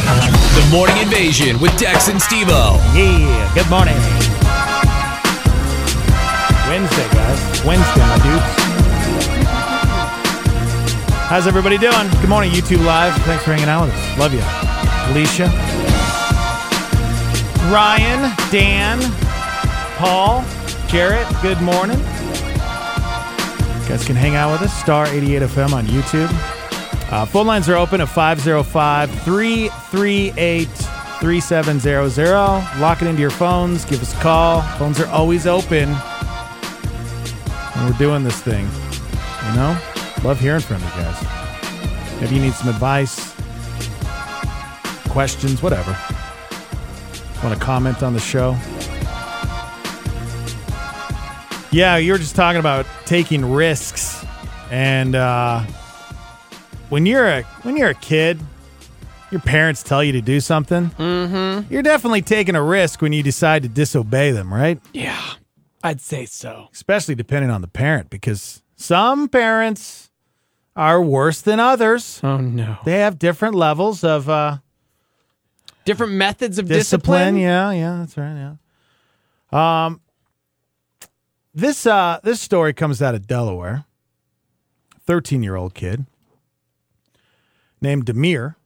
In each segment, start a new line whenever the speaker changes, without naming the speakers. The Morning Invasion with Dex and Stevo.
Yeah, good morning. Wednesday, guys. Wednesday, my dudes. How's everybody doing? Good morning, YouTube Live. Thanks for hanging out with us. Love you. Alicia, Ryan, Dan, Paul, Jarrett, good morning. You guys can hang out with us, Star 88 FM on YouTube. Uh, phone lines are open at 505 338 3700. Lock it into your phones. Give us a call. Phones are always open when we're doing this thing. You know? Love hearing from you guys. Maybe you need some advice, questions, whatever. Want to comment on the show? Yeah, you were just talking about taking risks and, uh, when you're a when you're a kid, your parents tell you to do something. Mm-hmm. You're definitely taking a risk when you decide to disobey them, right?
Yeah, I'd say so.
Especially depending on the parent, because some parents are worse than others.
Oh no.
They have different levels of uh,
Different methods of
discipline.
discipline.
Yeah, yeah, that's right. Yeah. Um, this uh, this story comes out of Delaware. Thirteen year old kid named Demir.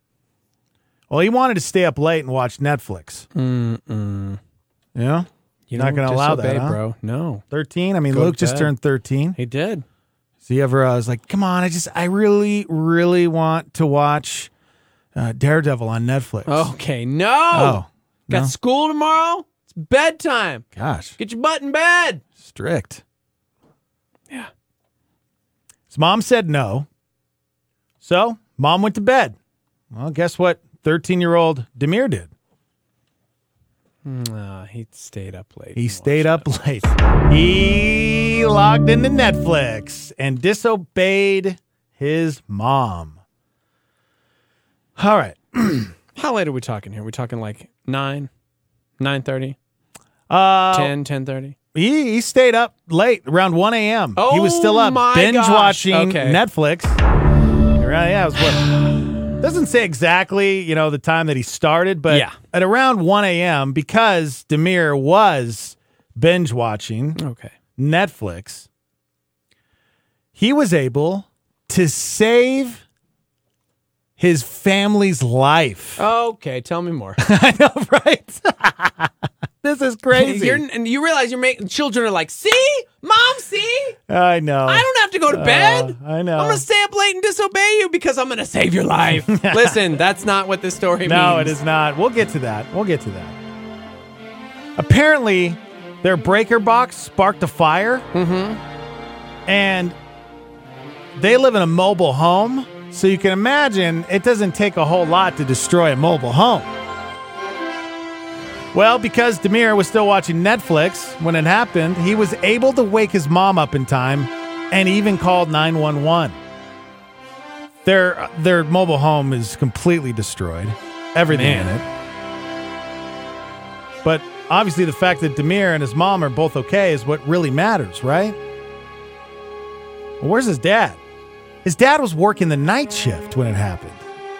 Well, he wanted to stay up late and watch Netflix. Mm-mm. Yeah,
You're
Not gonna allow that, huh?
bro. No,
thirteen. I mean,
Go
Luke
to
just
bed.
turned thirteen.
he did.
So you ever uh, was like, come on, I just, I really, really want to watch uh, Daredevil on Netflix.
Okay, no.
oh,
Got
no.
school tomorrow. It's bedtime.
gosh.
Get your butt in bed.
Strict.
Yeah.
His mom said no. So mom went to bed. Well, guess what? 13 year old Demir did.
Uh, he stayed up late.
He stayed up late. He logged into Netflix and disobeyed his mom. All right.
How late are we talking here? Are we talking like nine, nine thirty,
Uh,
ten, ten thirty?
He, he stayed up late, around 1 a.m. he was
Oh
still up,
my
binge
gosh.
watching
Okay.
Netflix. Right? Yeah, it was what? Doesn't say exactly, you know, the time that he started, but
Yeah.
at around 1 a.m., because Demir was binge watching
Okay.
Netflix, he was able to save his family's life.
Okay. Tell me more.
I know, right? this is crazy.
You're, and you realize you're making children are like, see, mom, see,
I know.
I don't have to go to bed.
Uh, I know.
I'm gonna stay up late and disobey you because I'm gonna save your life. Listen, that's not what this story
No,
means.
it is not. We'll get to that. We'll get to that. Apparently, their breaker box sparked a fire. Mm-hmm. And they live in a mobile home. So you can imagine it doesn't take a whole lot to destroy a mobile home. Well, because Demir was still watching Netflix when it happened, he was able to wake his mom up in time and even called 911 their their mobile home is completely destroyed. Everything in it. But obviously the fact that Demir and his mom are both okay is what really matters, right? Well, where's his dad? His dad was working the night shift when it happened.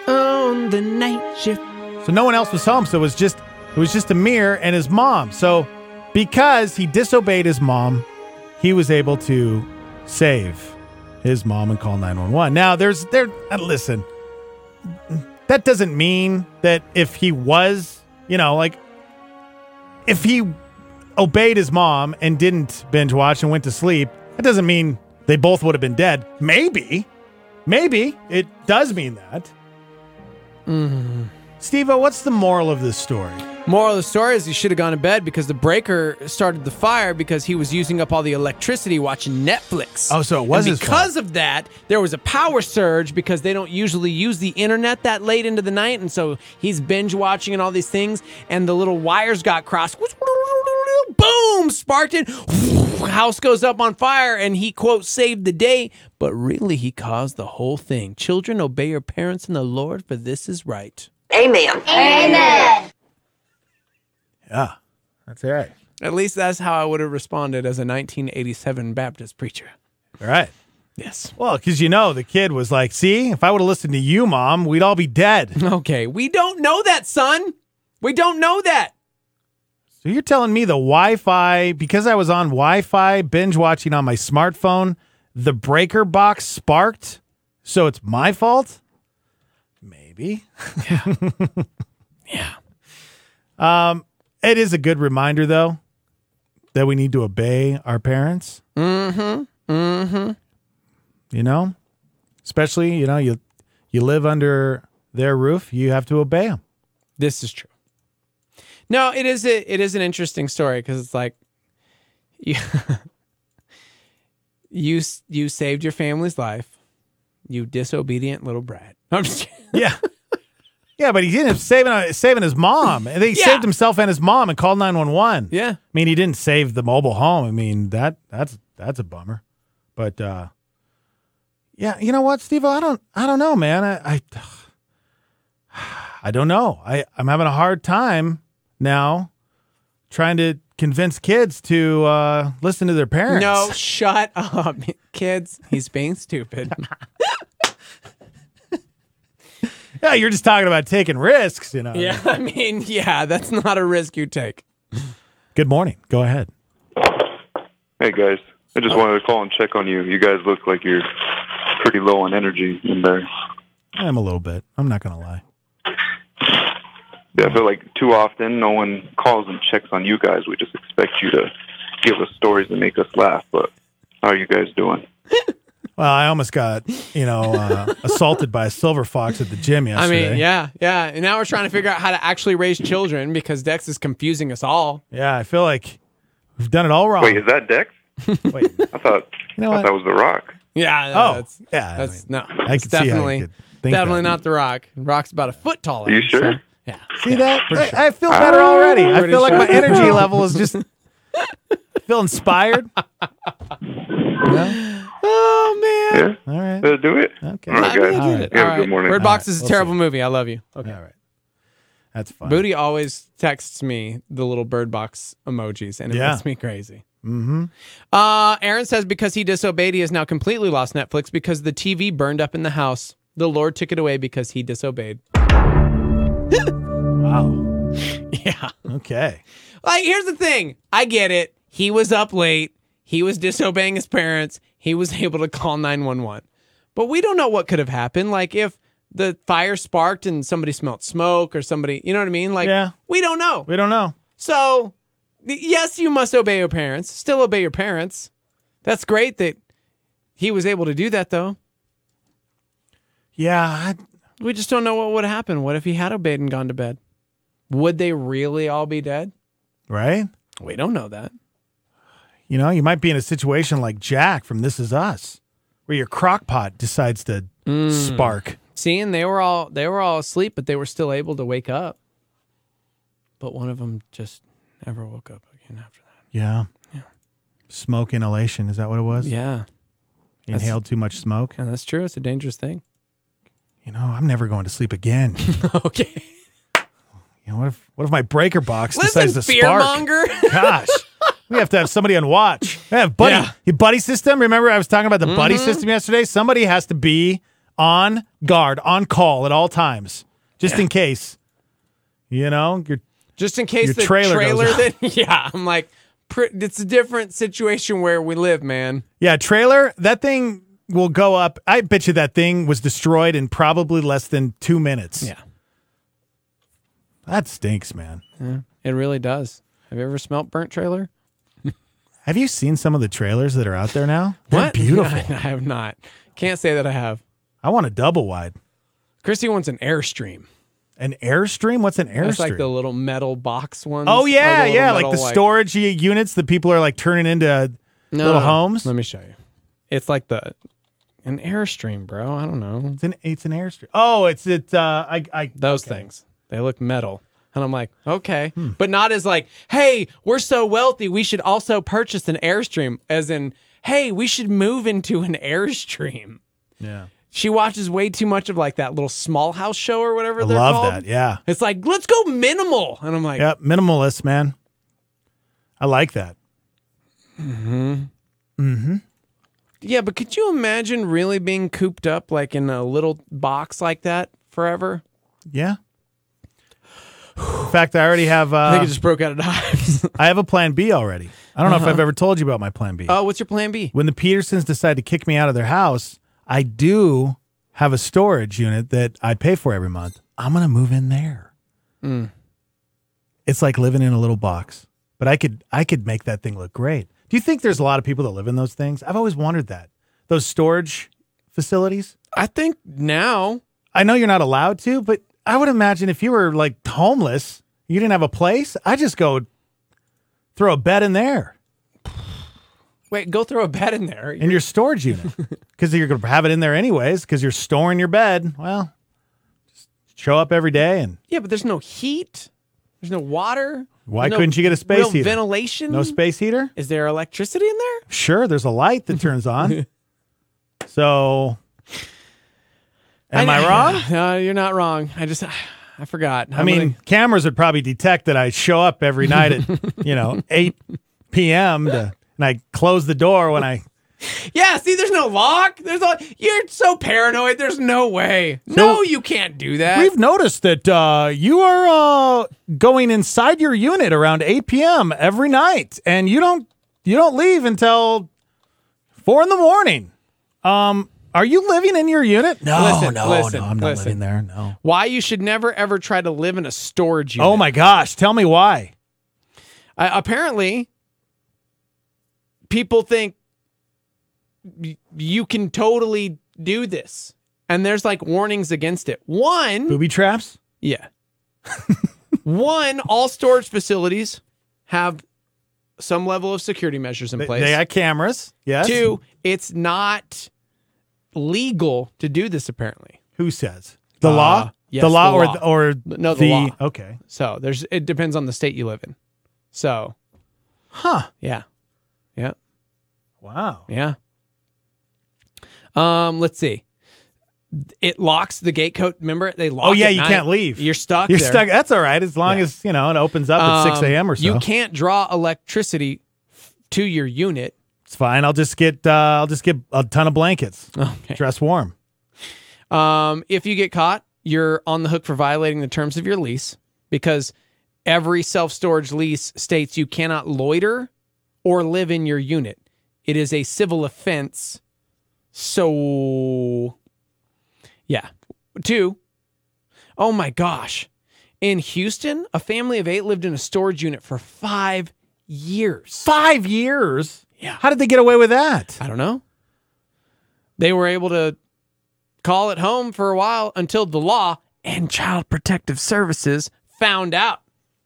On the night shift.
So no one else was home, so it was just it was just Amir and his mom. So because he disobeyed his mom, he was able to save his mom and call 911. Now there's there uh, listen. That doesn't mean that if he was, you know, like if he obeyed his mom and didn't binge watch and went to sleep, that doesn't mean they both would have been dead. Maybe. Maybe it does mean that. Steve, what's the moral of this story?
Moral of the story is he should have gone to bed because the breaker started the fire because he was using up all the electricity watching Netflix.
Oh, so it was
And
his
because of that, there was a power surge because they don't usually use the internet that late into the night, and so he's binge watching and all these things, and the little wires got crossed. Boom! Sparked it. House goes up on fire, and he quote saved the day, but really he caused the whole thing. Children, obey your parents and the Lord, for this is right.
Amen.
Yeah, that's all right.
At least that's how I would have responded as a 1987 Baptist preacher.
All right.
this.
Well, because you know, the kid was like, see, if I would have listened to you, mom, we'd all be dead.
Okay, we don't know that, son. We don't know that.
so you're telling me the Wi Fi, because I was on Wi Fi binge watching on my smartphone, the breaker box sparked? So it's my fault? Maybe.
Yeah.
Um, It is a good reminder, though, that we need to obey our parents. Mm hmm. Mm hmm. You know, especially, you know, you, you live under their roof, you have to obey them.
This is true. No, it is a, it is an interesting story because it's like you you s- you saved your family's life, you disobedient little brat. I'm just kidding.
Yeah. yeah, but he didn't save saving his mom. And He
Yeah.
saved himself and his mom and called 911.
yeah.
I mean, he didn't save the mobile home. I mean, that that's that's a bummer. But uh yeah, you know what, Steve? I don't I don't know, man. I I, I don't know. I I'm having a hard time now trying to convince kids to uh listen to their parents.
No, shut up, kids. He's being stupid.
Yeah, you're just talking about taking risks, you know.
yeah, I mean, yeah, that's not a risk you take.
Good morning. Go ahead.
Hey guys, I just wanted to call and check on you. You guys look like you're pretty low on energy in there.
I'm a little bit. I'm not gonna lie.
Yeah, I feel like too often no one calls and checks on you guys. We just expect you to give us stories and make us laugh. But how are you guys doing?
Well, I almost got you know uh, assaulted by a silver fox at the gym
I
yesterday.
mean, yeah, yeah. And now we're trying to figure out how to actually raise children because Dex is confusing us all.
yeah. I feel like we've done it all wrong.
Wait, is that Dex?
Wait.
I thought
You know
I
what?
thought it was The Rock.
Yeah.
Oh,
Oh, that's,
yeah, I
That's no.
I
It's
could see how you
definitely
could think
definitely
that.
not the Rock. Rock's about a foot taller.
Are you
so-
sure?
yeah.
See that? I, I feel better already. I
Ah, Pretty
feel like my
sure.
energy level is just feel inspired.
Oh man.
Yeah,
All right.
Did I do it.
Okay.
All right,
I mean, I
guys.
get it.
Yeah,
All right.
good morning.
Bird Box
All right,
is a
we'll
terrible movie. I love you. Okay.
All right. That's fine.
Booty always texts me the little Bird Box emojis, and it
Yeah.
makes me crazy. Mm-hmm. Uh, Aaron says because he disobeyed, he has now completely lost Netflix because the TV burned up in the house. The Lord took it away because he disobeyed.
Wow.
Yeah.
Okay.
Like, here's the thing. I get it. He was up late. He was disobeying his parents. He was able to call 911. But we don't know what could have happened. Like, if the fire sparked and somebody smelled smoke or somebody, you know what I mean? Like,
Yeah.
we don't know.
We don't know.
So, y- yes, you must obey your parents. Still obey your parents. That's great that he was able to do that, though.
Yeah. I,
We just don't know what would happen. What if he had obeyed and gone to bed? Would they really all be dead?
right.
We don't know that.
You know, you might be in a situation like Jack from This Is Us, where your crock pot decides to
Mm.
spark.
See, and they were all they were all asleep, but they were still able to wake up. But one of them just never woke up again after that.
Yeah. Smoke inhalation. Is that what it was?
Yeah,
Inhaled too much smoke.
and that's true. It's a dangerous thing.
You know, I'm never going to sleep again.
okay.
you know, what if what if my breaker box
Listen,
decides to
fear
spark?
monger.
Gosh. We have to have somebody on watch. We have buddy.
Yeah. Mm-hmm.
Your buddy system. Remember I was talking about the buddy system yesterday? Somebody has to be on guard, on call at all times. Just in case. You know, you're
just in case
Your
the
trailer
trailer,
goes
that yeah, I'm like, pr- it's a different situation where we live, man.
Yeah, trailer, that thing will go up. I bet you that thing was destroyed in probably less than two minutes. That stinks, man.
it really does. Have you ever smelt burnt trailer?
Have you seen some of the trailers that are out there now? They're
What?
beautiful.
I have not. Can't say that I have.
I want a double wide.
Christy wants an airstream.
An Airstream? What's an Airstream?
It's like the little metal box ones.
oh,
or
yeah,
little
yeah.
metal,
like the storage u- units that people are like turning into
No,
little
no, no.
homes.
Let me show you. It's like the an airstream, bro. I don't know
It's an, it's an Airstream. Oh, it's it. Uh, I, I,
those things. They look metal, and I'm like, okay,
Hmm.
but not as like, hey, we're so wealthy, we should also purchase an airstream. As in, hey, we should move into an airstream.
yeah.
She watches way too much of like that little small house show or whatever
I
they're
love
called.
that. Yeah.
It's like let's go minimal, and I'm like,
Yep. Minimalist, man. I like that.
Yeah, but could you imagine really being cooped up like in a little box like that forever?
Yeah. In fact, I already have. Uh,
I
I,
think it just broke out of hives.
have a plan B already. I don't know
Uh-huh.
if I've ever told you about my plan B.
Oh, what's your plan B?
when the Petersons decide to kick me out of their house, I do have a storage unit that I pay for every month. I'm gonna move in there. It's like living in a little box, but I could I could make that thing look great. Do you think there's a lot of people that live in those things? I've always wondered that those storage facilities.
I think now
I know you're not allowed to, but I would imagine if you were like homeless, you didn't have a place. I just go throw a bed in there.
Wait, go throw a bed in there.
in your storage unit because you're going to have it in there anyways because you're storing your bed. Well, just show up every day and
Yeah, but there's no heat. There's no water.
Why
There's no
couldn't you get a space
real
heater?
ventilation?
no space heater.
Is there electricity in there?
Sure, there's a light that turns on. so, am I, wrong?
No, Uh, you're not wrong. I just, I forgot.
I mean, cameras would probably detect that I show up every night at you know 8 p.m. to, and I close the door when I.
yeah. See, there's no lock. There's a. You're so paranoid. There's no way. no, you can't do that.
We've noticed that uh, you are uh, going inside your unit around 8 p.m. every night, and you don't you don't leave until four in the morning. Um, are you living in your unit? No,
Listen, listen, listen.
there. No.
Why you should never ever try to live in a storage unit.
Oh my gosh! Tell me why.
Uh, apparently, people think y- you can totally do this, and there's like warnings against it. One,
Booby traps.
yeah. One, all storage facilities have some level of security measures in
They,
place.
they got cameras. Yes.
Two, it's not legal to do this apparently.
Who says the law?
Uh, yes,
the law,
the law.
or or
No, the law.
Okay.
So there's it depends on the state you live in. So,
Huh.
yeah. Yeah.
Wow.
Yeah. Um, let's see. It locks the gate code. Remember, they lock.
Oh, yeah,
at
you
night.
can't leave.
You're stuck.
You're
there.
stuck. That's all right. As long as you know it opens up at 6
Um,
a.m. or so.
You can't draw electricity f- to your unit.
It's fine. I'll just get uh, I'll just get a ton of blankets.
Okay.
Dress warm.
Um, if you get caught, you're on the hook for violating the terms of your lease because every self storage lease states you cannot loiter or live in your unit. It is a civil offense. So, yeah. Two, oh my gosh. In Houston, a family of eight lived in a storage unit for five years.
Five years.
Yeah.
How did they get away with that?
I don't know. They were able to call it home for a while until the law and Child Protective Services found out.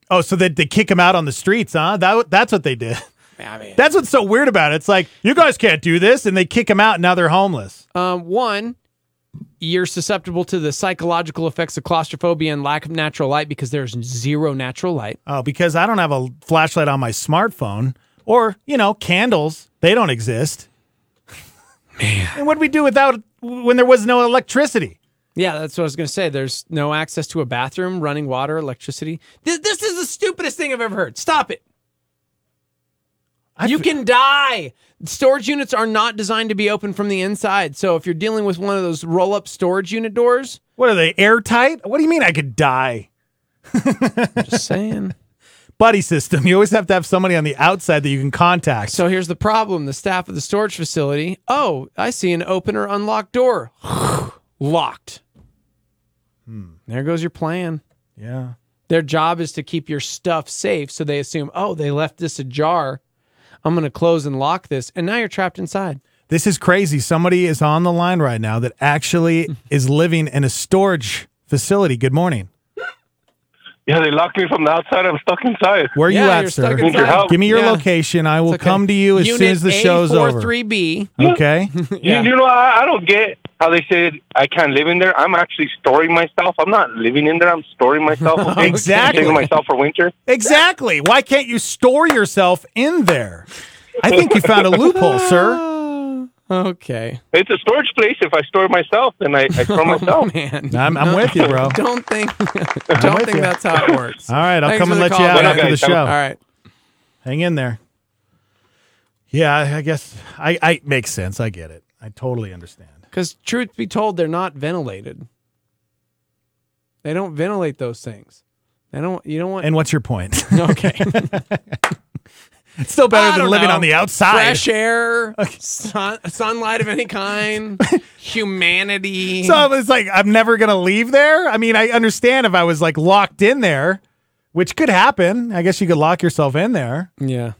Oh, so they they kick them out on the streets, huh? That that's what they did.
I mean,
That's what's so weird about it. It's like you guys can't do this, and they kick them out. And now they're homeless.
um, one, you're susceptible to the psychological effects of claustrophobia and lack of natural light because there's zero natural light.
Oh, because I don't have a flashlight on my smartphone, or you know, candles. They don't exist. Man. And what would we do without when there was no electricity?
Yeah, that's what I was going to say. There's no access to a bathroom, running water, electricity. This, this is the stupidest thing I've ever heard. Stop it.
I
you
f-
can die. Storage units are not designed to be open from the inside. So if you're dealing with one of those roll up storage unit doors,
What are they airtight? What do you mean I could die?
just saying.
buddy system. You always have to have somebody on the outside that you can contact.
So here's the problem the staff of the storage facility, oh, I see an open or unlocked door. Locked.
Hmm.
There goes your plan.
yeah.
Their job is to keep your stuff safe. So they assume, oh, they left this ajar. I'm going to close and lock this. And now you're trapped inside.
This is crazy. Somebody is on the line right now that actually is living in a storage facility. Good morning.
Yeah, they locked me from the outside. I'm stuck inside.
Where are
Yeah,
you at,
you're
sir?
stuck Need your inside. help.
Give me your
Yeah.
location. I will
Okay.
come to you as soon
Unit
as the show's over.
843B.
Okay.
Yeah.
You, you know, I, I don't get how they said I can't live in there. I'm actually storing myself. I'm not living in there. I'm storing myself. Okay?
Exactly.
Saving myself for winter.
exactly. Why can't you store yourself in there? I think you found a loophole, sir.
Uh, okay.
It's a storage place. If I store myself, then I, I store myself.
Man.
I'm, I'm with you, bro.
Don't think don't think
you.
that's how it works.
All right, I'll
Thanks
come
for
and
the
let
call,
you out
man.
after
Okay,
the
thank-
show.
All right.
Hang in there. Yeah, I- I guess I, I makes sense. I get it. I totally understand.
Because truth be told, they're not ventilated. They don't ventilate those things. They don't. You don't want.
And what's your point?
okay.
it's still
I
better than
don't
living
know.
on the outside.
Fresh air, sun, sunlight of any kind, humanity.
So it's like I'm never gonna leave there. I mean, I understand if I was like locked in there, which could happen. I guess you could lock yourself in there,
yeah.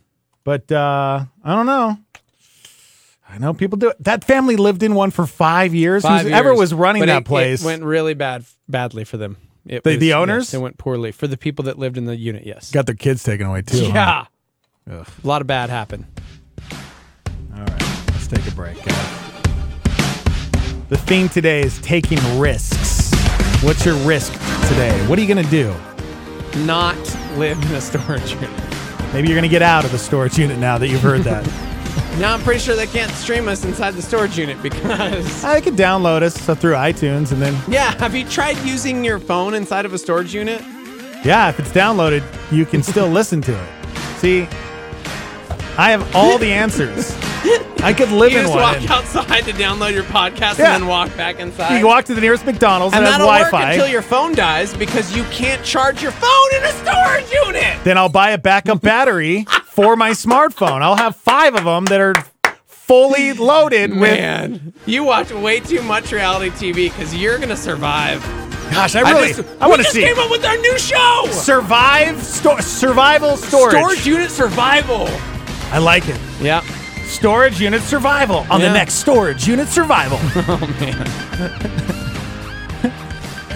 but uh, I don't know. I know people do it. That family lived in one for five years.
Five
Whoever
years.
was running
But it-
that place,
it went really bad, badly for them. It
The- the
yes,
owners?
it went poorly for the people that lived in the unit. Yes.
got their kids taken away too. huh?
yeah. A lot of bad happened.
All right, let's take a break. guys. The theme today is taking risks. What's your risk today? What are you gonna do?
Not live in a storage unit.
Maybe you're gonna get out of the storage unit now that you've heard that.
Now I'm pretty sure they can't stream us inside the storage unit because.
I could download us so through iTunes and then
Yeah, have you tried using your phone inside of a storage unit?
Yeah, if it's downloaded, you can still listen to it. See, I have all the answers. I could live
You
in
just
one.
walk
and-
outside to download your podcast
Yeah.
and then walk back inside.
you walk to the nearest McDonald's
and
that has
that'll work
Wi-Fi.
until your phone dies because you can't charge your phone in a storage unit.
then I'll buy a backup battery for my smartphone. I'll have five of them that are fully loaded with.
Man, you watch way too much reality TV because you're gonna survive.
Gosh, I really, I,
just-
want
we
to
just
see
Came up with our new show,
survive sto- survival storage.
Storage Unit Survival.
I like it.
Yeah,
Storage unit survival on
Yeah.
the next storage unit survival. oh man.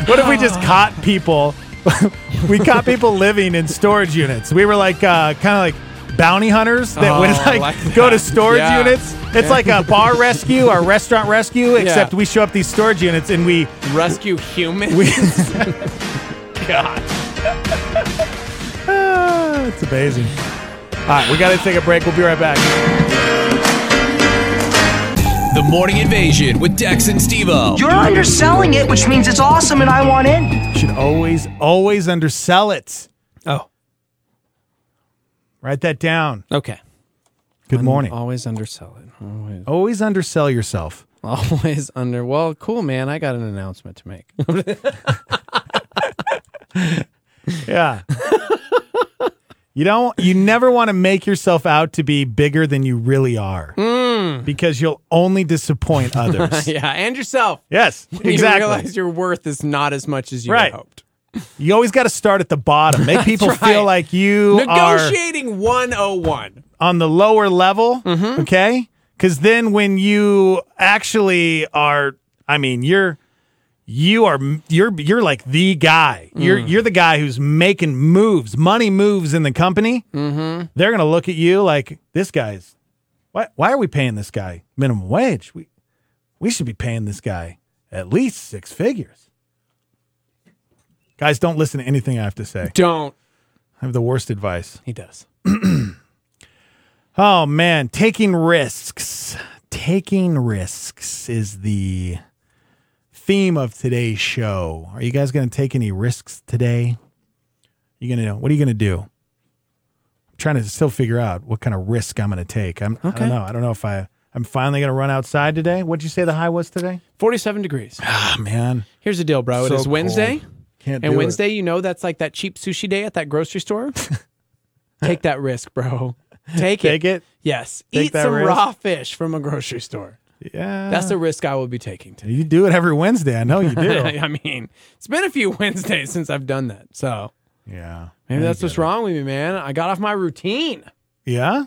what if we just caught people? we caught people living in storage units. We were like uh, kind of like bounty hunters that
Oh,
would
I
like,
like
go to
that.
storage
Yeah.
units. It's like a bar rescue or restaurant rescue, except we show up these storage units and we
rescue humans.
we God. Ah, it's amazing. All right, we got to take a break. We'll be right back.
The Morning Invasion with Dex and Stevo.
You're underselling it, which means it's awesome and I want in.
should always, always undersell it.
oh,
Write that down.
okay.
Good morning.
Always undersell it. Always,
Always undersell yourself.
always under. Well, cool, man. I got an announcement to make.
Yeah. you don't you never want to make yourself out to be bigger than you really are. Because you'll only disappoint others.
Mm. yeah, and yourself.
Yes,
You
exactly.
realize your worth is not as much as you had
Right.
hoped.
You always got to start at the bottom. Make people
right.
feel like you are
Negotiating 101.
on the lower level, okay? Because then when you actually are, I mean, you're you are you're you're like the guy. You're you're the guy who's making moves, money moves in the company. Mm-hmm. They're gonna look at you like this guy's. Why why are we paying this guy minimum wage? We we should be paying this guy at least six figures. Guys, don't listen to anything I have to say.
Don't.
I have the worst advice.
He does.
Oh man, taking risks. Taking risks is the theme of today's show. Are you guys going to take any risks today? You going to what are you going to do? I'm trying to still figure out what kind of risk I'm going to take. I'm, I
Okay.
don't know. I don't know if I I'm finally going to run outside today. What'd you say the high was today?
47 degrees.
Ah man,
Here's the deal, bro. It
So
is Wednesday.
cold. can't do
And
it.
Wednesday, you know, that's like that cheap sushi day at that grocery store. Take that risk, bro. Take it.
Take it.
Yes.
Take
Eat
that
some
risk.
raw fish from a grocery store.
Yeah,
That's the risk I will be taking today.
you do it every Wednesday. I know you do.
I mean, it's been a few Wednesdays since I've done that. So
yeah,
maybe that's
You
what's wrong with me, man. I got off my routine.
do it. Yeah,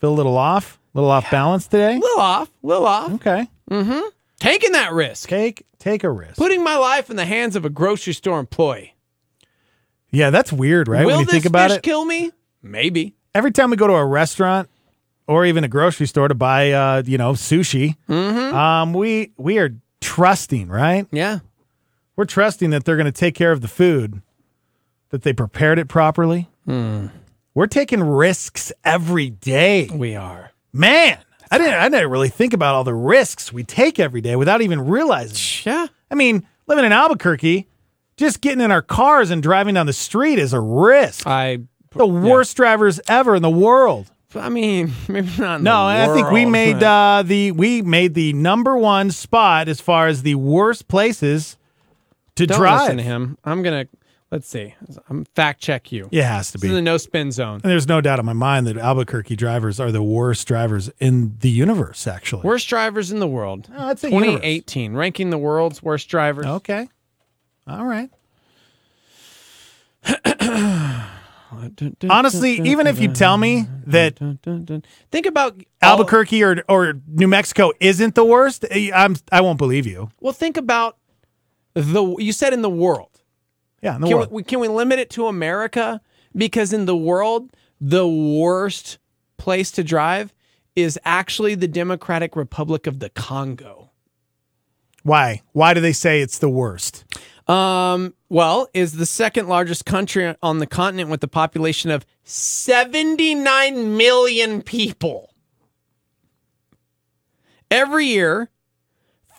feel a little off, a little off balance today.
little off, little off.
Okay.
Taking that risk.
Take take a risk.
Putting my life in the hands of a grocery store employee.
yeah, that's weird, right?
Will
when you
this
think about
fish
it.
kill me? Maybe.
Every time we go to a restaurant or even a grocery store to buy uh, you know, sushi,
Mm-hmm.
um, we we are trusting, right?
Yeah.
We're trusting that they're gonna take care of the food, that they prepared it properly. We're taking risks every day.
Hmm. We are.
Man, I didn't I didn't really think about all the risks we take every day without even realizing. it.
Yeah.
I mean, living in Albuquerque, just getting in our
Uh,
cars and driving down the street is a risk.
I
The worst drivers ever in the world.
I mean, maybe not. in
No,
the
and I think we
world,
made
but-
uh, the we made the number one spot as far as the worst places to
Don't
drive.
listen to him. I'm gonna let's see. I'm fact check you.
It has to
This is the
be.
no spin zone.
And there's no doubt in my mind that Albuquerque drivers are the worst drivers in the universe. Actually,
Worst drivers in the world.
No, that's a universe.
2018, ranking the world's worst drivers.
okay. All right. Honestly, even if you tell me that
think about all-
Albuquerque or or New Mexico isn't the worst, eh, I'm I won't believe you.
well, think about the you said in the world.
Yeah, in the
Can
world.
we, can we limit it to America? Because in the world, the worst place to drive is actually the Democratic Republic of the Congo.
Why? Why do they say it's the worst?
Um, well, is the second largest country on the continent with a population of 79 million people. Every year,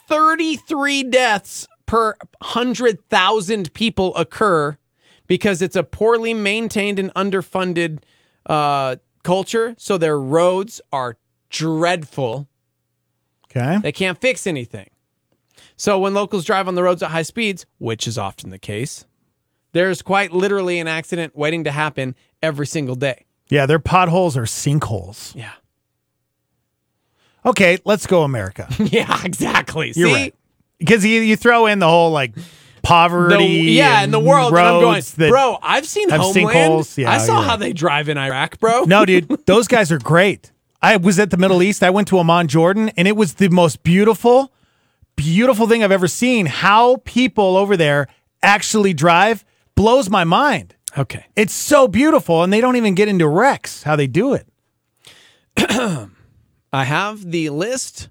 33 deaths per 100,000 people occur because it's a poorly maintained and underfunded uh, culture. So their roads are dreadful.
Okay.
They can't fix anything. So when locals drive on the roads at high speeds, which is often the case, there's quite literally an accident waiting to happen every single day.
Yeah, their potholes are sinkholes.
Yeah.
Okay, let's go America.
Yeah, exactly.
You're
See?
right. Because you, you throw in the whole like
The-
poverty.
yeah, in the world, and I'm going,
roads that-
bro. I've seen
have
Homeland.
sinkholes. Yeah,
I saw
you're
how
right.
they drive in Iraq, bro.
No, dude, those guys are great. I was at the Middle East. I went to Amman, Jordan, and it was the most beautiful, beautiful thing I've ever seen. How people over there actually drive blows my mind.
Okay.
It's so beautiful, and they don't even get into wrecks. How they do it?
I have the list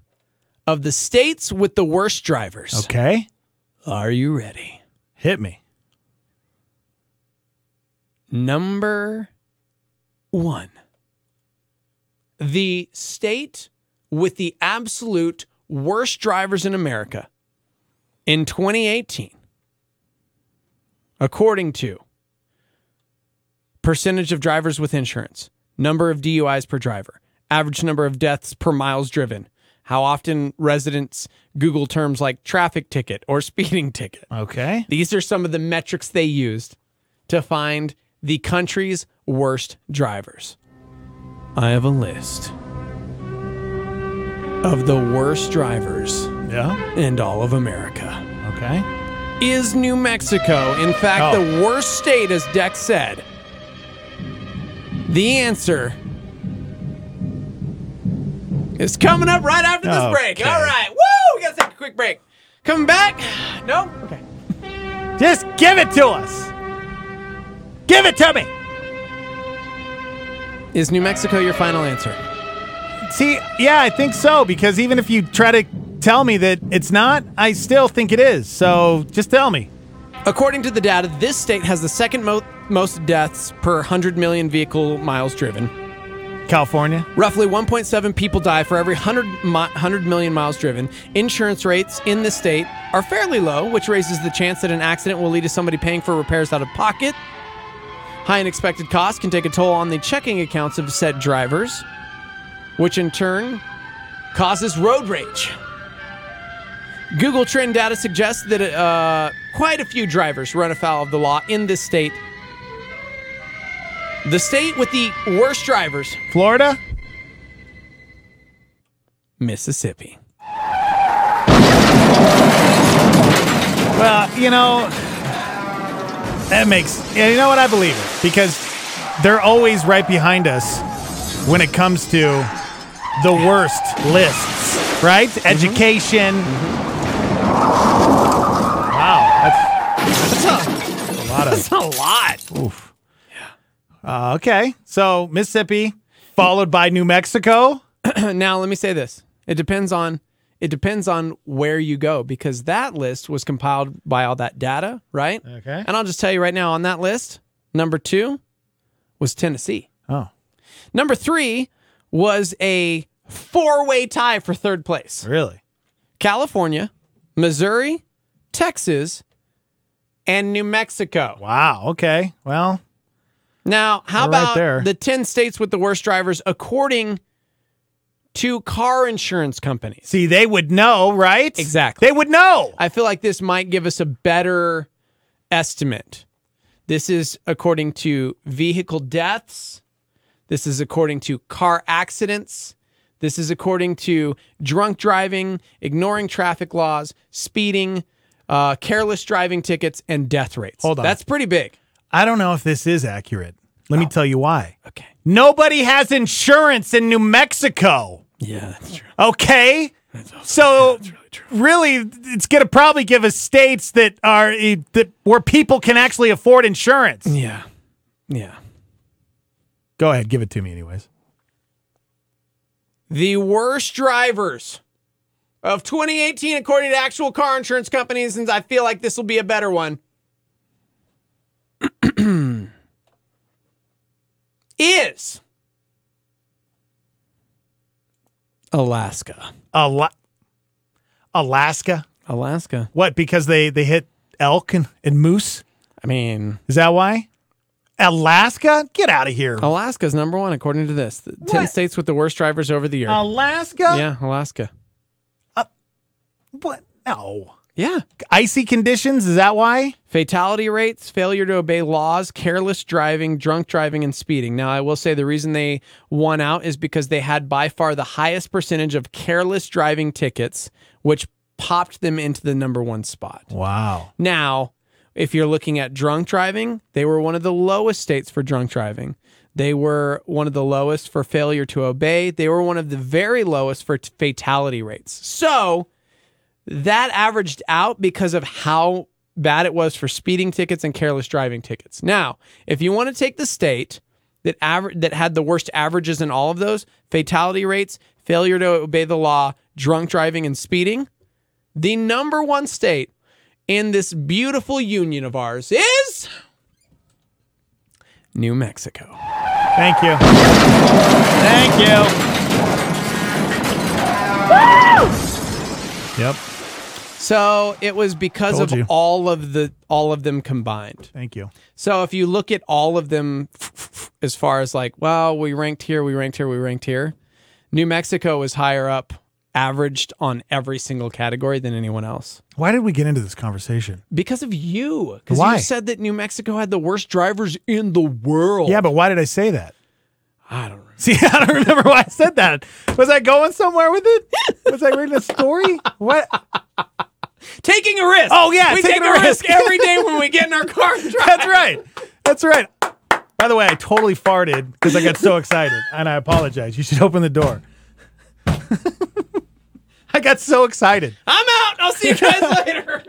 of the states with the worst drivers.
Okay,
Are you ready?
hit me.
Number one, the state with the absolute worst drivers in America in 2018, according to percentage of drivers with insurance, number of DUIs per driver, average number of deaths per miles driven, how often residents Google terms like traffic ticket or speeding ticket.
Okay,
These are some of the metrics they used to find the country's worst drivers. I have a list of the worst drivers
yeah,
in all of America.
okay.
Is New Mexico, in fact,
Oh.
the worst state, as Dex said? The answer is coming up right after this break.
Okay.
All right. Woo! We got to take a quick break. Coming back? No? Okay.
Just give it to us. Give it to me.
Is New Mexico your final answer?
See, yeah, I think so because even if you try to tell me that it's not, I still think it is. So just tell me.
According to the data, this state has the second mo- most deaths per 100 million vehicle miles driven.
California.
Roughly 1.7 people die for every 100, mi- 100 million miles driven. Insurance rates in this state are fairly low, which raises the chance that an accident will lead to somebody paying for repairs out of pocket. High unexpected costs can take a toll on the checking accounts of said drivers, which in turn causes road rage. Google Trend data suggests that uh, quite a few drivers run afoul of the law in this state. The state with the worst drivers
Florida?
Mississippi.
Well, you know, that makes. Yeah, you know what? I believe it because they're always right behind us when it comes to the worst lists, right? Education. Wow, that's, that's a lot of.
That's a lot.
Oof. Uh, okay. So Mississippi, followed by New Mexico.
now let me say this. It depends on it depends on where you go because that list was compiled by all that data, right?
Okay.
And I'll just tell you right now on that list, number 2 was Tennessee.
Oh.
Number 3 was a four-way tie for third place.
Really?
California, Missouri, Texas, and New Mexico.
Wow. Okay. Well,
Now, how
They're right
about
there.
the 10 states with the worst drivers according to car insurance companies?
See, they would know, right?
Exactly.
They would know.
I feel like this might give us a better estimate. This is according to vehicle deaths. This is according to car accidents. This is according to drunk driving, ignoring traffic laws, speeding, uh, careless driving tickets, and death rates.
Hold on.
That's pretty big.
I don't know if this is accurate. Let me tell you why.
Oh. Okay.
Nobody has insurance in New Mexico.
Yeah, that's true.
Okay. So really, it's gonna probably give us states that are eh, that where people can actually afford insurance.
Yeah. Yeah.
Go ahead, give it to me, anyways.
The worst drivers of 2018, according to actual car insurance companies, since I feel like this will be a better one, is Alaska.
Ala- Alaska.
Alaska.
What? Because they they hit elk and, and moose.
I mean,
Is that why? Alaska? Get out of here.
Alaska's number one, according to this. The 10 states with the worst drivers over the year.
Alaska?
yeah, Alaska.
What? No.
Yeah.
Icy conditions? Is that why?
Fatality rates, failure to obey laws, careless driving, drunk driving, and speeding. Now, I will say the reason they won out is because they had by far the highest percentage of careless driving tickets, which popped them into the number one spot.
Wow.
Now, if you're looking at drunk driving, they were one of the lowest states for drunk driving. They were one of the lowest for failure to obey. They were one of the very lowest for t- fatality rates. So that averaged out because of how bad it was for speeding tickets and careless driving tickets. Now, if you want to take the state that aver- that had the worst averages in all of those fatality rates, failure to obey the law, drunk driving, and speeding, the number one state in this beautiful union of ours is New Mexico.
Thank you. Thank you. Yep.
So it was because
Told
of
you.
all of the all of them combined.
Thank you.
So if you look at all of them as far as like, well, we ranked here, we ranked here, we ranked here. New Mexico was higher up averaged on every single category than anyone else.
Why did we get into this conversation?
Because of you. Because
Why?
you said that New Mexico had the worst drivers in the world.
Yeah, but why did I say that?
I don't remember.
See, I don't remember why I said that. Was I going somewhere with it? Was I reading a story? What?
Taking a risk.
Oh, yeah,
We
taking
take
a
a risk
risk.
every day when we get in our car and drive.
That's right. That's right. By the way, I totally farted because I got so excited, and I apologize. You should open the door. I got so excited.
I'm out. I'll see you guys later.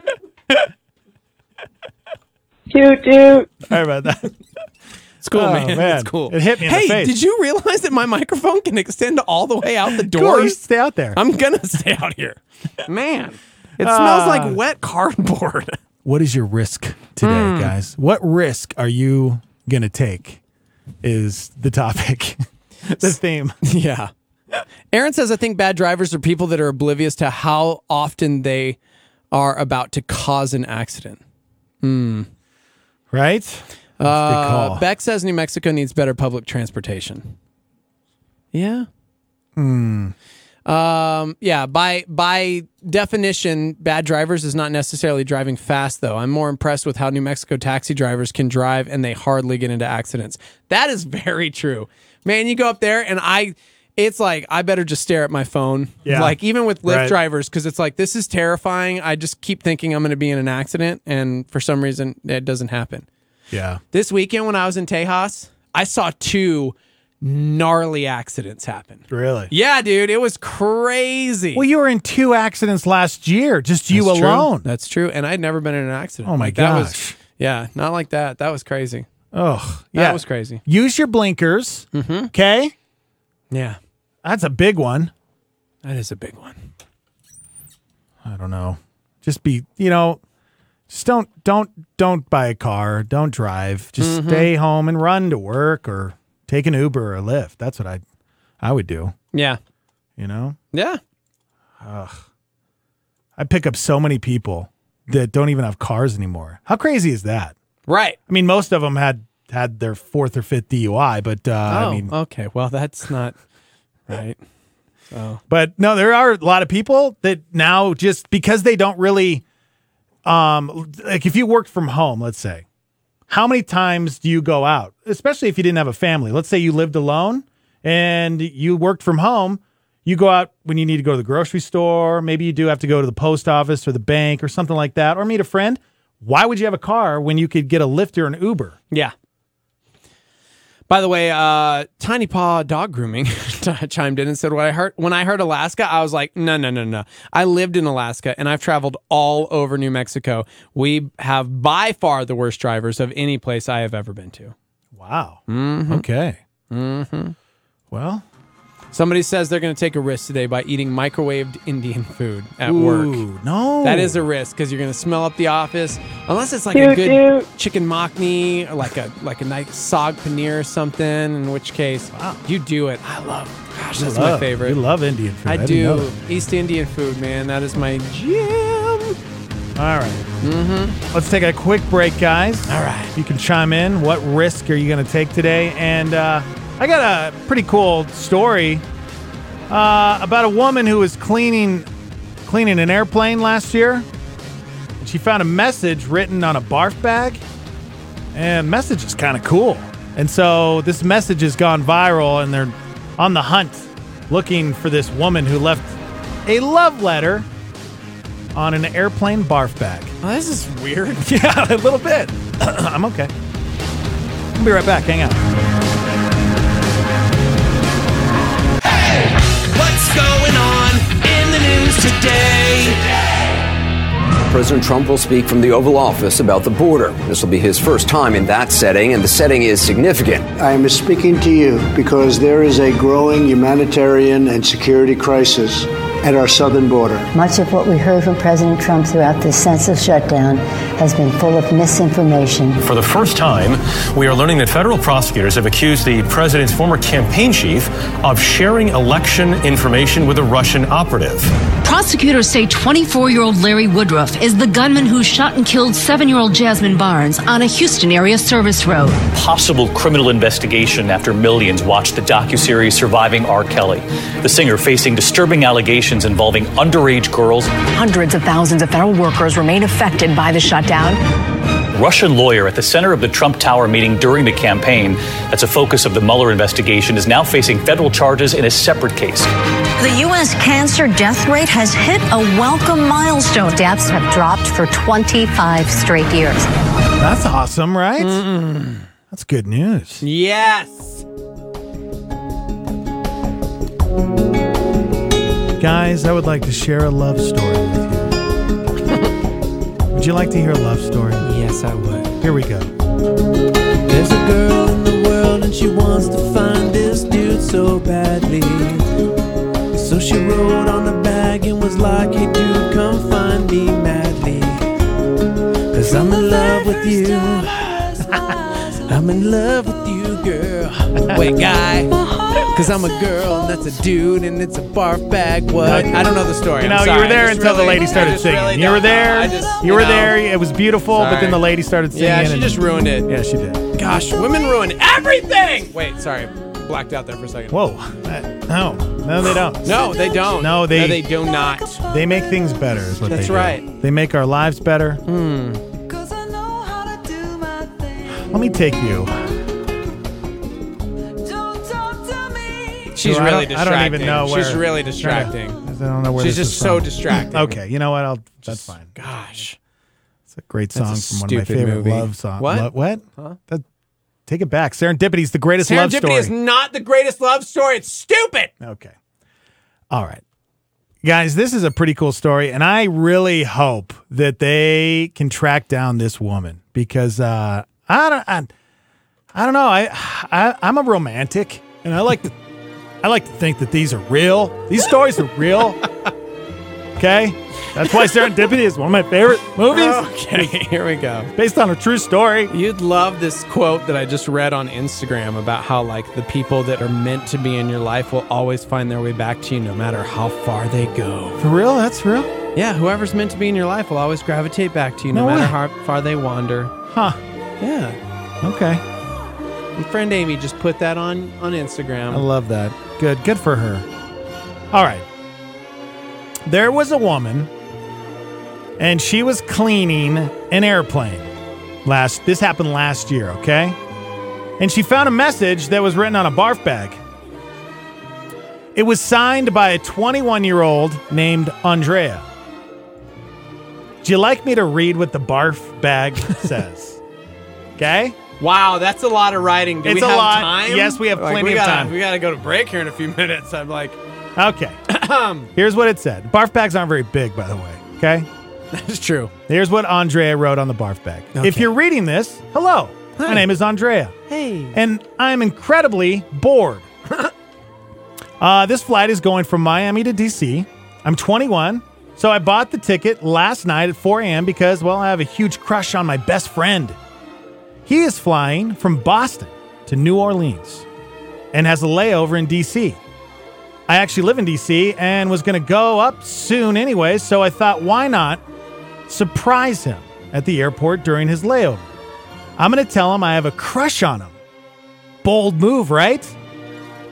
Toot toot.
Sorry about that.
It's cool,
Oh,
man.
man.
It's cool.
It hit me in the
hey,
face.
did you realize that my microphone can extend all the way out the
Cool, you
doors?
stay out there.
I'm gonna stay out here, man. It smells
Uh.
like wet cardboard.
what is your risk today,
Hmm.
guys? What risk are you gonna take? Is the topic, the theme?
yeah. Aaron says I think bad drivers are people that are oblivious to how often they are about to cause an accident.
Right? That's a good
Uh,
call.
Beck says New Mexico needs better public transportation. Yeah.
Hmm.
Um, yeah. By by definition, bad drivers is not necessarily driving fast, though. I'm more impressed with how New Mexico taxi drivers can drive, and they hardly get into accidents. That is very true, man. You go up there, and I. It's like I better just stare at my phone.
Yeah.
Like even with Lyft
Right.
drivers, because it's like this is terrifying. I just keep thinking I'm going to be in an accident, and for some reason it doesn't happen.
yeah.
This weekend when I was in Tejas, I saw two gnarly accidents happen.
Really?
Yeah, dude, it was crazy.
Well, you were in two accidents last year, just you
That's true.
alone.
That's true. And I'd never been in an accident.
Oh my
Like, that was-
gosh.
yeah, not like that. That was crazy.
Oh,
That
yeah.
was crazy. Mm-hmm.
Use your blinkers. Okay.
Yeah,
That's a big one.
that is a big one.
I don't know. Just be, you know, just don't, don't, don't buy a car. Don't drive. Just stay home and run to work or take an Uber or a Lyft. That's what I, I would do.
Yeah.
You know,
Yeah.
I pick up so many people that don't even have cars anymore. How crazy is that?
Right.
I mean, most of them had had their fourth or fifth DUI, but uh,
Oh,
I mean,
okay. Well, that's not right.
But no, there are a lot of people that now just because they don't really um like if you worked from home, let's say. How many times do you go out? Especially if you didn't have a family. Let's say you lived alone and you worked from home. You go out when you need to go to the grocery store, maybe you do have to go to the post office or the bank or something like that or meet a friend. Why would you have a car when you could get a Lyft or an Uber?
Yeah. By the way, uh, Tiny Paw Dog Grooming chimed in and said, "When I heard when I heard Alaska, I was like, no, no, no, no. I lived in Alaska and I've traveled all over New Mexico. We have by far the worst drivers of any place I have ever been to."
Wow. Okay. Mm-hmm. Well,
Somebody says they're going to take a risk today by eating microwaved Indian food at work.
ooh, no.
That is a risk because you're going to smell up the office, unless it's like a
Toot
good
toot.
chicken mockney or like a like a nice sog paneer or something. In which case, you do it. I love. Gosh, that's my
love-
favorite.
You love Indian food.
I,
didn't know
do
that.
East Indian food, man. That is my jam.
All Mm-hmm. Let's take a quick break, guys.
All right.
You can chime in. What risk are you going to take today? And uh, I got a pretty cool story uh, about a woman who was cleaning cleaning an airplane last year. And she found a message written on a barf bag. And the message is kind of cool. And so this message has gone viral, and they're on the hunt looking for this woman who left a love letter on an airplane barf bag.
Oh, this is weird.
Yeah, a little bit. I'm okay. I'll be right back. Hang on.
What's going on in the news today?
President Trump will speak from the Oval Office about the border. This will be his first time in that setting, and the setting is significant.
I am speaking to you because there is a growing humanitarian and security crisis at our southern border.
Much of what we heard from President Trump throughout this senseless shutdown has been full of misinformation.
For the first time, we are learning that federal prosecutors have accused the president's former campaign chief of sharing election information with a Russian operative.
Prosecutors say 24 year old Larry Woodruff is the gunman who shot and killed seven year old Jasmine Barnes on a Houston area service road.
Possible criminal investigation after millions watched the docuseries Surviving R. Kelly. The singer facing disturbing allegations involving underage girls.
Hundreds of thousands of federal workers remain affected by the shutdown.
Russian lawyer at the center of the Trump Tower meeting during the campaign, that's a focus of the Mueller investigation, is now facing federal charges in a separate case.
The U.S. cancer death rate has hit a welcome milestone. Deaths have dropped for 25 straight years.
That's awesome, right? That's good news.
yes.
Guys, I would like to share a love story with you. would you like to hear a love story?
Yes, I would.
Here we go.
There's a girl in the world and she wants to find this dude so badly. So she wrote on the bag and was like, hey, dude, come find me madly. Cause I'm in love with you. I'm in love with you, girl. Wait, guy. Cause I'm a girl and that's a dude and it's a barf bag. What? I don't know the story.
You
I'm
know, you
sorry.
were there
I just
until the
really-
lady
I
started
just
singing.
really
you were
don't know.
there.
I just-
you, were
know.
there. It was beautiful, but
Sorry.
then the lady started singing.
Yeah, she
and-
just ruined it.
Yeah, she did.
Gosh, women ruin everything. Wait, sorry, blacked out there for a second.
Whoa. No, no, they don't.
No, they don't.
No, they-
they do not.
They make things better, is what
That's
they do.
right. Hmm.
They make our lives better. Let me take you.
She's
Who I
really
don't-
distracting.
I don't even know where.
She's really
I don't-
distracting.
I don't know where.
She's
this
just
is
so
from.
distracting.
Okay, you know what? I'll. That's fine.
Gosh.
It's a great
That's a
song from one of my
stupid
favorite
movie.
love songs.
What?
what? That, take it back. Serendipity's the greatest love story.
Serendipity is not the greatest love story. It's stupid.
Okay. All right. Guys, this is a pretty cool story, and I really hope that they can track down this woman because uh, I don't, I, I don't know. I, I, I'm a romantic, and I like to, I like to think that these are real. These stories are real. Okay, that's why Serendipity is one of my favorite movies,
Okay, here we go.
based on a true story.
You'd love this quote that I just read on Instagram about how like the people that are meant to be in your life will always find their way back to you no matter how far they go.
For real, that's real.
Yeah, whoever's meant to be in your life will always gravitate back to you no,
No
matter
way.
how far they wander.
Huh?
Yeah.
Okay.
And friend Amy just put that on on Instagram.
I love that. Good. Good for her. All right. There was a woman and she was cleaning an airplane. Last this happened last year, okay? And she found a message that was written on a barf bag. It was signed by a 21-year-old named Andrea. Do you like me to read what the barf bag says? okay?
Wow, that's a lot of writing. Do
It's
we
a
have
lot.
time?
Yes, we have
Like,
plenty
we
of
gotta-
time.
We got to go to break here in a few minutes. I'm like,
Okay. Here's what it said. Barf bags aren't very big, by the way. Okay.
that's true.
Here's what Andrea wrote on the barf bag. If you're reading this, hello. My name is Andrea,
Hey.
and I'm incredibly bored. uh, this flight is going from Miami to DC. I'm 21, so I bought the ticket last night at 4 a.m. because, well, I have a huge crush on my best friend. He is flying from Boston to New Orleans and has a layover in DC. I actually live in DC and was going to go up soon anyway, so I thought, why not surprise him at the airport during his layover? I'm going to tell him I have a crush on him. Bold move, right?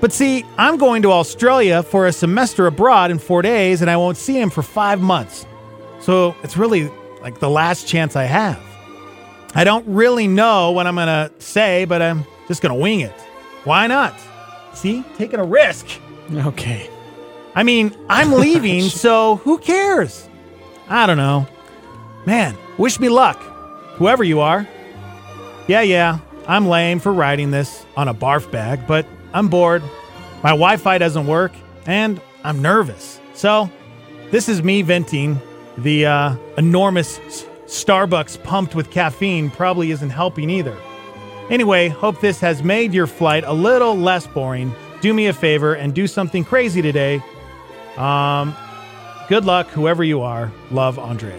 But see, I'm going to Australia for a semester abroad in four days and I won't see him for five months. So it's really like the last chance I have. I don't really know what I'm going to say, but I'm just going to wing it. Why not? See, taking a risk.
Okay.
I mean, I'm leaving, so who cares? I don't know. Man, wish me luck, whoever you are. Yeah, yeah, I'm lame for writing this on a barf bag, but I'm bored. My Wi Fi doesn't work, and I'm nervous. So, this is me venting. The uh, enormous s- Starbucks pumped with caffeine probably isn't helping either. Anyway, hope this has made your flight a little less boring. Do me a favor and do something crazy today. Um, good luck, whoever you are. Love, Andrea.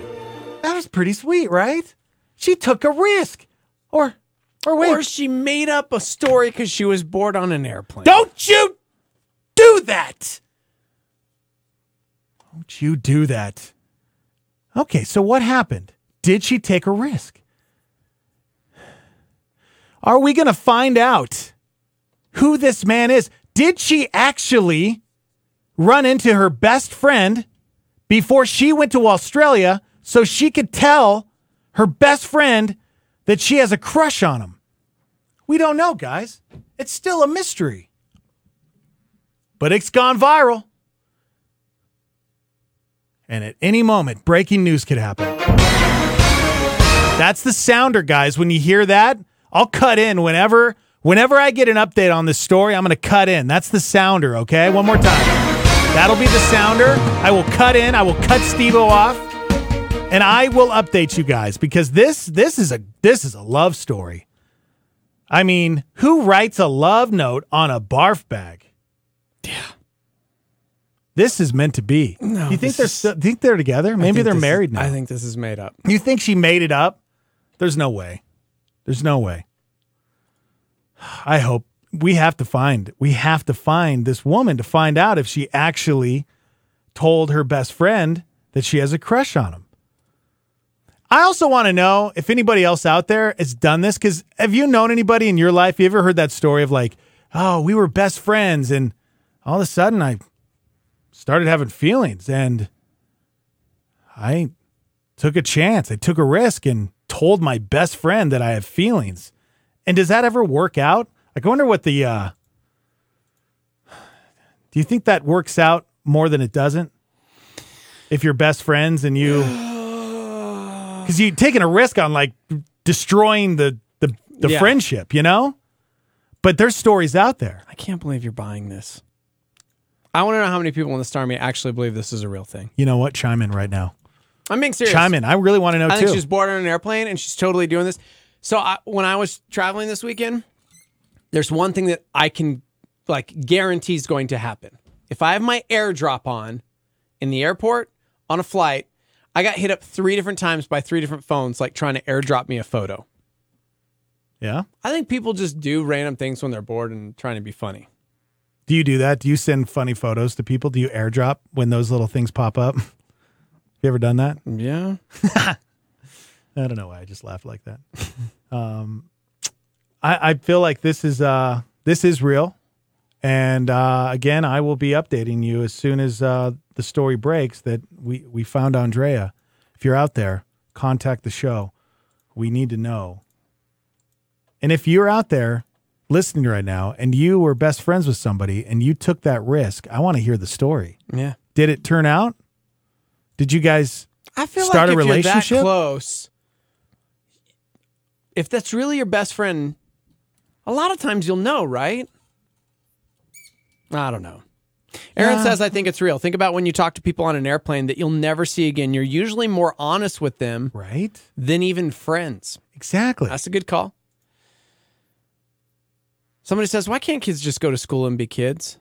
That was pretty sweet, right? She took a risk. Or, or wait,
Or she made up a story because she was bored on an airplane.
don't you do that! Don't you do that? Okay, so what happened? Did she take a risk? Are we going to find out who this man is? Did she actually run into her best friend before she went to Australia so she could tell her best friend that she has a crush on him? We don't know, guys. It's still a mystery. But it's gone viral. And at any moment, breaking news could happen. That's the sounder, guys. When you hear that, I'll cut in whenever whenever I get an update on this story, I'm gonna cut in. That's the sounder, okay? One more time. That'll be the sounder. I will cut in, I will cut Steve off, and I will update you guys because this this is a this is a love story. I mean, who writes a love note on a barf bag? Yeah. This is meant to be.
No,
you think
this
they're
is-
still, think they're together?
I
Maybe
think
they're
this is-
married now.
I think this is made up.
You think she made it up? There's no way. There's no way. I hope we have to find we have to find this woman to find out if she actually told her best friend that she has a crush on him. I also want to know if anybody else out there has done this cuz have you known anybody in your life you ever heard that story of like, "Oh, we were best friends and all of a sudden I started having feelings and I took a chance. I took a risk and told my best friend that I have feelings. And does that ever work out? Like, I wonder what the. Uh, do you think that works out more than it doesn't? If you're best friends and you, because you're taking a risk on like destroying the the, the
Yeah.
friendship, you know. But there's stories out there.
I can't believe you're buying this. I want to know how many people in the Star Army actually believe this is a real thing.
You know what? Chime in right now.
I'm being serious.
Chime in. I really want to know
I
too.
think she's bored on an airplane and she's totally doing this. So I, when I was traveling this weekend, there's one thing that I can like guarantee is going to happen. If I have my airdrop on in the airport on a flight, I got hit up three different times by three different phones like trying to airdrop me a photo.
yeah.
I think people just do random things when they're bored and trying to be funny.
Do you do that? Do you send funny photos to people? Do you airdrop when those little things pop up? Have you ever done that?
Yeah.
I don't know why I just laughed like that. Um, I, I feel like this is uh this is real, and uh, again, I will be updating you as soon as uh, the story breaks that we we found Andrea. If you're out there, contact the show. We need to know. And if you're out there listening right now, and you were best friends with somebody, and you took that risk, I want to hear the story.
Yeah.
Did it turn out? Did you guys
I feel
start
like
a
if
relationship?
you're that close, if that's really your best friend, a lot of times you'll know, right? I don't know. Aaron
Yeah.
says, I think it's real. Think about when you talk to people on an airplane that you'll never see again. You're usually more honest with them
right?
than even friends.
Exactly.
That's a good call. Somebody says, Why can't kids just go to school and be kids?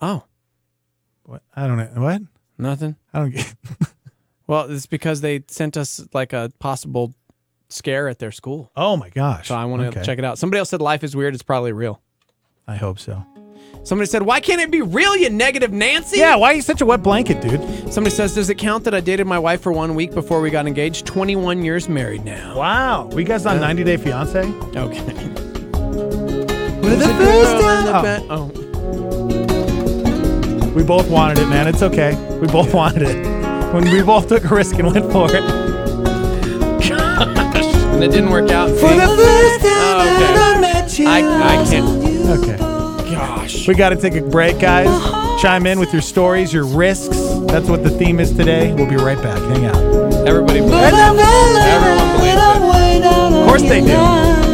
Oh,
What? I don't know. What?
nothing.
I don't get.
Well, it's because they sent us like a possible scare at their school.
Oh my gosh.
So I want to
Okay.
check it out. Somebody else said life is weird. It's probably real.
I hope so.
Somebody said, Why can't it be real, you negative Nancy?
Yeah, why are you such a wet blanket, dude?
Somebody says, Does it count that I dated my wife for one week before we got engaged? 21 years married now.
Wow. Were you guys on 90 Day Fiance?
Okay. For
the first time.
Oh.
Oh, we both wanted it, man. It's okay. We both wanted it. When we both took a risk and went for it.
And it didn't work out.
first
Oh, okay. I, I can't.
Okay.
Gosh.
We got to take a break, guys. Chime in with your stories, your risks. That's what the theme is today. We'll be right back. Hang out.
Everybody believes it. Everyone believes it.
Of course they do.